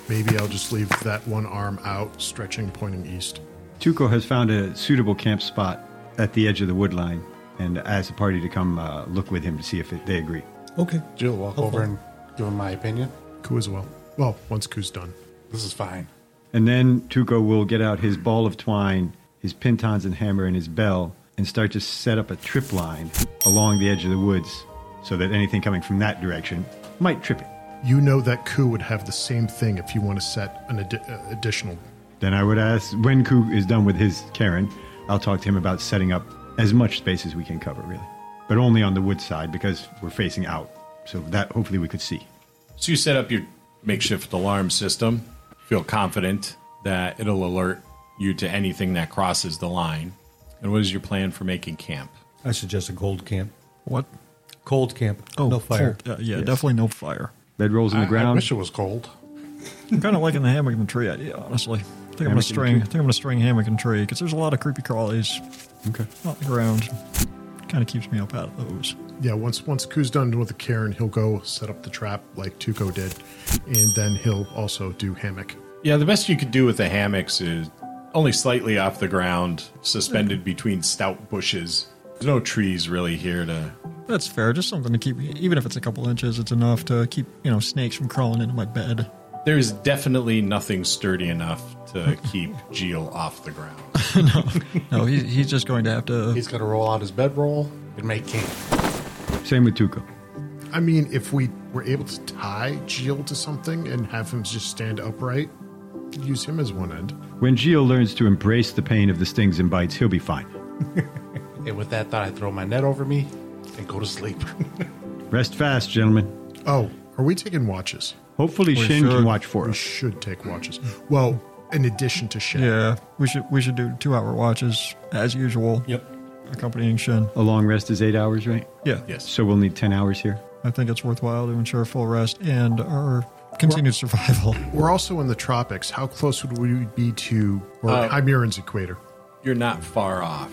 Speaker 1: Maybe I'll just leave that one arm out, stretching, pointing east.
Speaker 6: Tuco has found a suitable camp spot at the edge of the wood line and asked the party to come uh, look with him to see if it, they agree.
Speaker 8: Okay.
Speaker 4: Jill, walk
Speaker 6: Helpful.
Speaker 4: over and give him my opinion.
Speaker 1: Ku as well. Well, once Ku's done.
Speaker 4: This is fine.
Speaker 6: And then Tuco will get out his ball of twine, his pintons and hammer, and his bell, and start to set up a trip line along the edge of the woods so that anything coming from that direction might trip it.
Speaker 1: You know that Ku would have the same thing if you want to set an addi- uh, additional.
Speaker 6: Then I would ask when Ku is done with his Karen, I'll talk to him about setting up as much space as we can cover, really, but only on the wood side because we're facing out. So that hopefully we could see.
Speaker 3: So you set up your makeshift alarm system. Feel confident that it'll alert you to anything that crosses the line. And what is your plan for making camp?
Speaker 8: I suggest a cold camp.
Speaker 7: What?
Speaker 8: Cold camp. Oh, no fire.
Speaker 7: cold. Uh, yeah, definitely no fire.
Speaker 6: Lead rolls
Speaker 7: in the I- I ground. wish
Speaker 4: it was cold.
Speaker 7: I'm kind of liking the hammock and tree idea, honestly. I think I'm
Speaker 6: Hammock
Speaker 7: gonna
Speaker 6: and
Speaker 7: string.
Speaker 6: tree?
Speaker 7: I think I'm gonna string hammock and tree because there's a lot of creepy crawlies.
Speaker 6: Okay.
Speaker 7: On the ground, kind of keeps me up out of those.
Speaker 1: Yeah, once once Ku's done with the cairn, he'll go set up the trap like Tuco did, and then he'll also do hammock.
Speaker 3: Yeah, the best you could do with the hammocks is only slightly off the ground, suspended between stout bushes. There's no trees really here to.
Speaker 7: That's fair. Just something to keep me. Even if it's a couple inches, it's enough to keep you know snakes from crawling into my bed.
Speaker 3: There's definitely nothing sturdy enough to keep Geel off the ground.
Speaker 7: No, he, he's just going to have to.
Speaker 4: He's going to roll out his bedroll and make camp.
Speaker 6: Same with Tuco.
Speaker 1: I mean, if we were able to tie Geel to something and have him just stand upright, use him as one end.
Speaker 6: When Gio learns to embrace the pain of the stings and bites, he'll be fine.
Speaker 4: And with that thought, I throw my net over me and go to sleep.
Speaker 6: Rest fast, gentlemen.
Speaker 1: Oh, are we taking watches?
Speaker 6: Hopefully,
Speaker 1: We
Speaker 6: Shin
Speaker 1: should.
Speaker 6: can watch for
Speaker 1: We
Speaker 6: us.
Speaker 1: should take watches. Well, in addition to Shin.
Speaker 7: Yeah, we should we should do two hour watches as usual.
Speaker 8: Yep.
Speaker 7: Accompanying Shin.
Speaker 6: A long rest is eight hours, right?
Speaker 7: Yeah.
Speaker 3: Yes.
Speaker 6: So we'll need 10 hours here.
Speaker 7: I think it's worthwhile to ensure full rest and our continued survival.
Speaker 1: We're also in the tropics. How close would we be to or
Speaker 3: Uh,
Speaker 1: Hymeren's equator?
Speaker 3: You're not far off.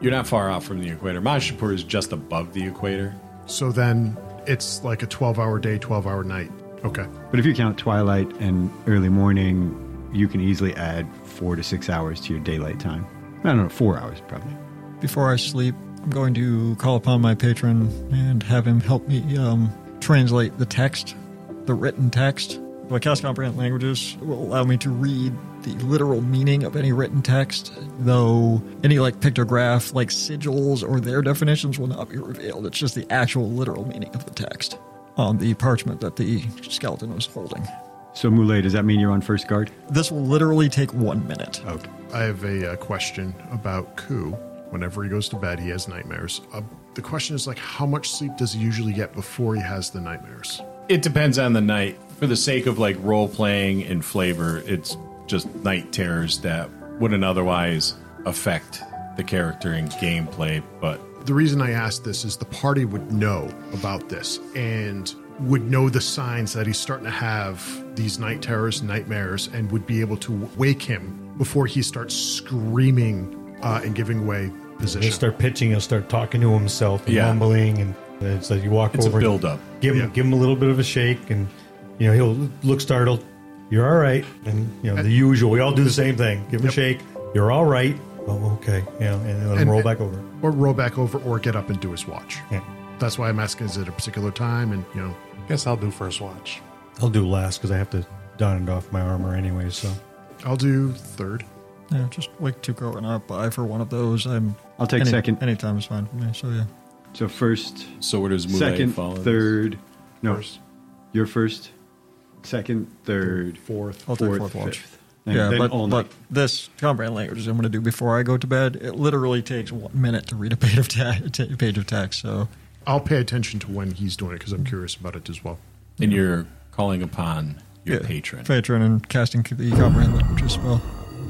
Speaker 3: You're not far off from the equator. Mashapur is just above the equator.
Speaker 1: So then it's like a 12 hour day, 12 hour night. Okay.
Speaker 6: But if you count twilight and early morning, you can easily add four to six hours to your daylight time. I don't know, four hours probably.
Speaker 7: Before I sleep, I'm going to call upon my patron and have him help me um, translate the text, the written text. My cast comprehend languages will allow me to read the literal meaning of any written text, though any like pictograph, like sigils or their definitions will not be revealed. It's just the actual literal meaning of the text. on the parchment that the skeleton was holding.
Speaker 6: So, Moulet, does that mean you're on first guard?
Speaker 7: This will literally take one minute.
Speaker 6: Okay.
Speaker 1: I have a uh, question about Ku. Whenever he goes to bed, he has nightmares. Uh, the question is like, how much sleep does he usually get before he has the nightmares?
Speaker 3: It depends on the night. For the sake of like role playing and flavor, it's just night terrors that wouldn't otherwise affect the character and gameplay. But
Speaker 1: The reason I asked this is the party would know about this and would know the signs that he's starting to have these night terrors, nightmares, and would be able to wake him before he starts screaming uh, and giving away
Speaker 8: He'll
Speaker 1: position.
Speaker 8: start pitching. He'll start talking to himself and
Speaker 1: Yeah.
Speaker 8: mumbling, and and it's like you walk
Speaker 1: It's a
Speaker 8: over, and
Speaker 1: build-up.
Speaker 8: Give him, give him a little bit of a shake, and you know he'll look startled. You're all right, and you know the usual. We all do the same thing. Give him a shake. You're all right. Oh, okay. Yeah, and let him
Speaker 1: And-
Speaker 8: roll back over.
Speaker 1: Or roll back over or get up and do his watch.
Speaker 8: Yeah.
Speaker 1: That's why I'm asking is it a particular time and, you know. Guess I'll do first watch.
Speaker 8: I'll do last because I have to don it off my armor anyway. So
Speaker 1: I'll do third.
Speaker 7: Yeah, just wake Tuco and I'll buy for one of those. I'm.
Speaker 6: I'll take
Speaker 7: any-
Speaker 6: second.
Speaker 7: Anytime is fine for me. So yeah.
Speaker 6: So first.
Speaker 3: So where does Moulet
Speaker 6: second,
Speaker 3: fall in this?
Speaker 6: third? No, you're first, second, third, fourth,
Speaker 7: I'll take fourth watch.
Speaker 6: fifth. And
Speaker 7: Yeah,
Speaker 6: then
Speaker 7: but,
Speaker 6: all
Speaker 7: but
Speaker 6: night.
Speaker 7: this comprehend language I'm going to do before I go to bed. It literally takes one minute to read a page of, ta- ta- page of text. So
Speaker 1: I'll pay attention to when he's doing it because I'm curious about it as well.
Speaker 3: and you're calling upon your
Speaker 7: Yeah,
Speaker 3: patron.
Speaker 7: patron, and casting the comprehend language as well.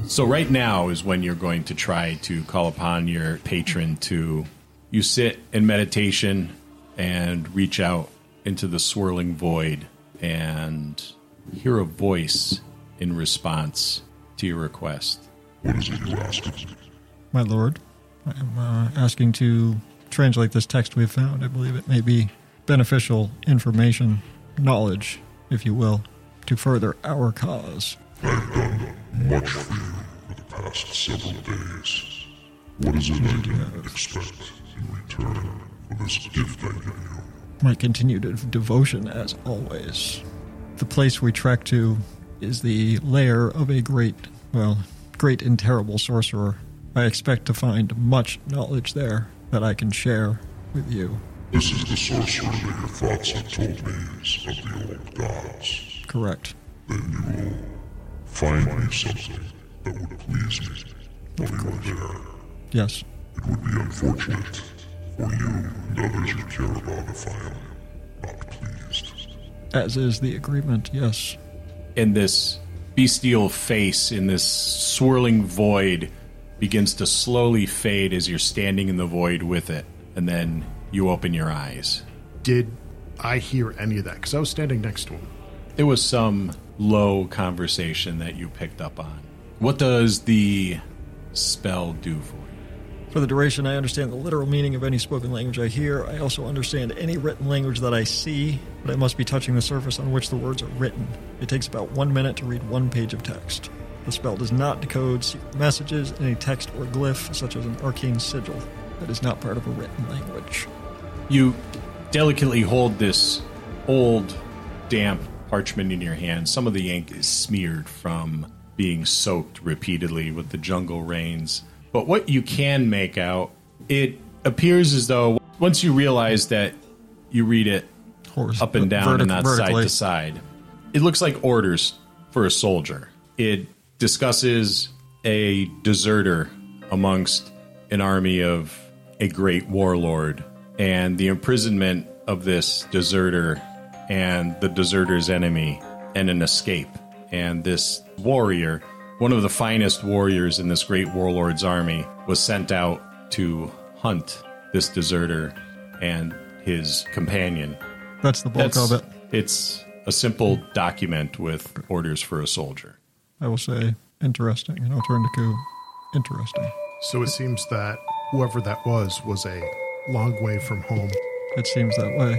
Speaker 3: So right now is when you're going to try to call upon your patron to you sit in meditation and reach out into the swirling void and hear a voice in response to your request. What is it you ask?
Speaker 7: My lord, I am uh, asking to translate this text we've found. I believe it may be beneficial information, knowledge, if you will, to further our cause.
Speaker 17: Much for you for the past several days. What is it I didn't expect in return for this gift I gave you?
Speaker 7: My continued dev- devotion, as always. The place we trek to is the lair of a great, well, great and terrible sorcerer. I expect to find much knowledge there that I can share with you.
Speaker 17: This is the sorcerer that your thoughts had told me is of the old gods.
Speaker 7: Correct.
Speaker 17: Find me something that would please me while you are there.
Speaker 7: Yes.
Speaker 17: It would be unfortunate for you and others you care about if I am not pleased.
Speaker 7: As is the agreement, yes.
Speaker 3: and this bestial face in this swirling void begins to slowly fade as you're standing in the void with it and then you open your eyes
Speaker 1: did i hear any of that because i was standing next to him
Speaker 3: there was some low conversation that you picked up on what does the spell do for you
Speaker 7: For the duration, I understand the literal meaning of any spoken language I hear. I also understand any written language that I see, but I must be touching the surface on which the words are written. It takes about one minute to read one page of text. The spell does not decode secret messages in a text or glyph, such as an arcane sigil, that is not part of a written language.
Speaker 3: You delicately hold this old, damp parchment in your hand. Some of the ink is smeared from being soaked repeatedly with the jungle rains. But what you can make out, it appears as though once you realize that you read it
Speaker 7: Horiz-
Speaker 3: up and down
Speaker 7: vertic-
Speaker 3: and not side
Speaker 7: vertically.
Speaker 3: to side, it looks like orders for a soldier. It discusses a deserter amongst an army of a great warlord and the imprisonment of this deserter and the deserter's enemy and an escape. And this warrior, one of the finest warriors in this great warlord's army, was sent out to hunt this deserter and his companion.
Speaker 7: That's the bulk
Speaker 3: That's-
Speaker 7: of it.
Speaker 3: It's a simple document with orders for a soldier.
Speaker 7: I will say, interesting, and I'll turn to Ku. Interesting.
Speaker 1: so it seems that whoever that was was a long way from home
Speaker 7: It seems that way.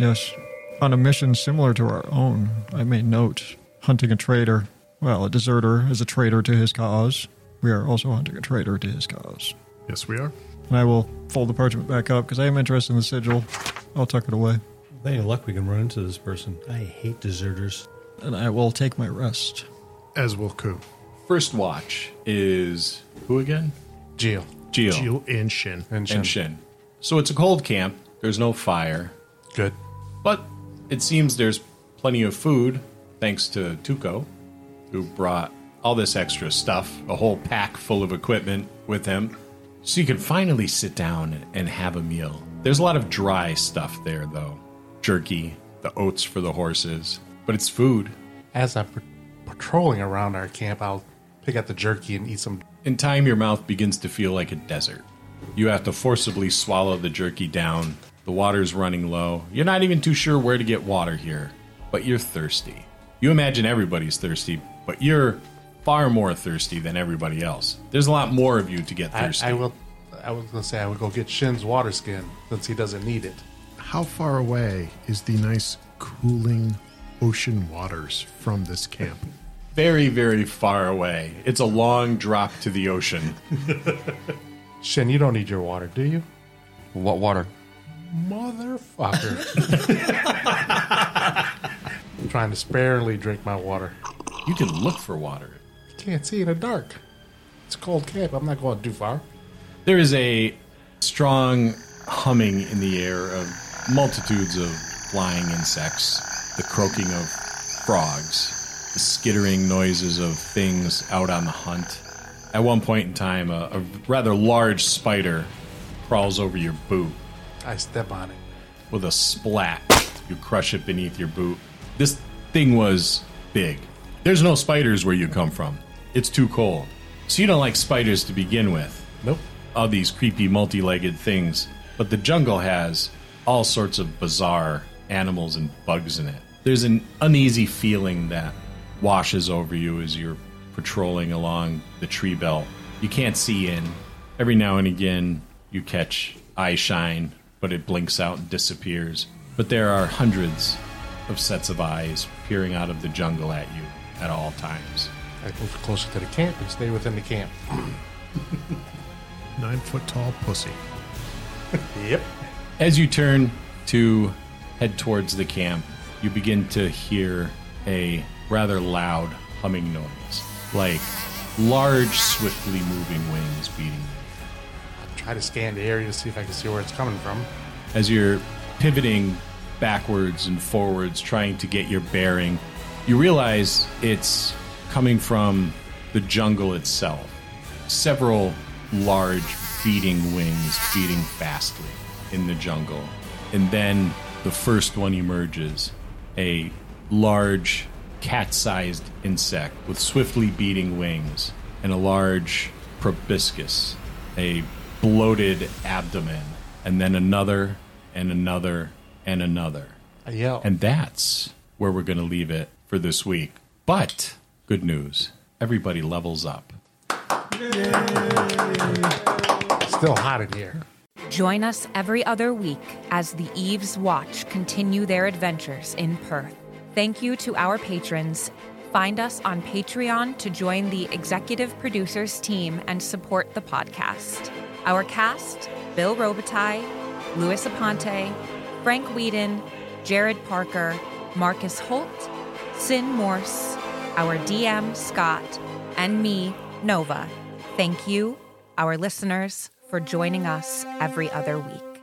Speaker 7: Yes. On a mission similar to our own, I may note hunting a traitor. Well, a deserter is a traitor to his cause. We are also hunting a traitor to his cause.
Speaker 1: yes we are
Speaker 7: And I will fold the parchment back up because I am interested in the sigil. I'll tuck it away.
Speaker 8: With any luck, we can run into this person. I hate deserters.
Speaker 7: And I will take my rest.
Speaker 1: as will ku
Speaker 3: First watch is who again?
Speaker 1: Jill.
Speaker 3: Jill.
Speaker 1: Jill and Shin.
Speaker 3: And Shin. So it's a cold camp. There's no fire.
Speaker 4: Good.
Speaker 3: But It seems there's plenty of food, thanks to Tuco, who brought all this extra stuff, a whole pack full of equipment with him. So you can finally sit down and have a meal. There's a lot of dry stuff there, though jerky, the oats for the horses, but it's food.
Speaker 4: As I'm patrolling around our camp, I'll pick out the jerky and eat some.
Speaker 3: In time, your mouth begins to feel like a desert. You have to forcibly swallow the jerky down. The water's running low. You're not even too sure where to get water here, but you're thirsty. You imagine everybody's thirsty, but you're far more thirsty than everybody else. There's a lot more of you to get
Speaker 4: I,
Speaker 3: thirsty.
Speaker 4: I will. I was gonna say I would go get Shin's water skin since he doesn't need it.
Speaker 1: How far away is the nice cooling ocean waters from this camp?
Speaker 3: Very, very far away. It's a long drop to the ocean.
Speaker 4: Shin, you don't need your water, do you? Oh,
Speaker 5: What water?
Speaker 4: Motherfucker. I'm trying to sparingly drink my water.
Speaker 3: You can look for water.
Speaker 4: You can't see in the dark. It's a cold camp. I'm not going too far.
Speaker 3: There is a strong humming in the air of multitudes of flying insects, the croaking of frogs, the skittering noises of things out on the hunt. At one point in time, a, a rather large spider crawls over your boot.
Speaker 4: I step on it.
Speaker 3: With a splat, you crush it beneath your boot. This thing was big. There's no spiders where you come from. It's too cold. So you don't like spiders to begin with.
Speaker 4: Nope.
Speaker 3: All these creepy multi legged things. But the jungle has all sorts of bizarre animals and bugs in it. There's an uneasy feeling that washes over you as you're patrolling along the tree belt. You can't see in. Every now and again, you catch eye shine, but it blinks out and disappears. But there are hundreds of sets of eyes peering out of the jungle at you at all times.
Speaker 4: I move closer to the camp and stay within the camp.
Speaker 1: Nine foot tall pussy.
Speaker 4: Yep.
Speaker 3: As you turn to head towards the camp, you begin to hear a rather loud humming noise, like large, swiftly moving wings beating.
Speaker 4: Try to scan the area to see if I can see where it's coming from.
Speaker 3: As you're pivoting backwards and forwards, trying to get your bearing, you realize it's coming from the jungle itself. Several large beating wings beating fastly in the jungle. And then the first one emerges a large cat sized insect with swiftly beating wings and a large proboscis, a bloated abdomen, and then another and another and another.
Speaker 4: I yell.
Speaker 3: And that's where we're going to leave it for this week. But good news everybody levels up.
Speaker 4: Still hot in here.
Speaker 2: Join us every other week as the Eves Watch continue their adventures in Perth. Thank you to our patrons. Find us on Patreon to join the executive producers team and support the podcast. Our cast Bill Robitaille, Louis Aponte, Frank Whedon, Jared Parker, Marcus Holt, Sin Morse, our DM Scott, and me, Nova. Thank you, our listeners, for joining us every other week.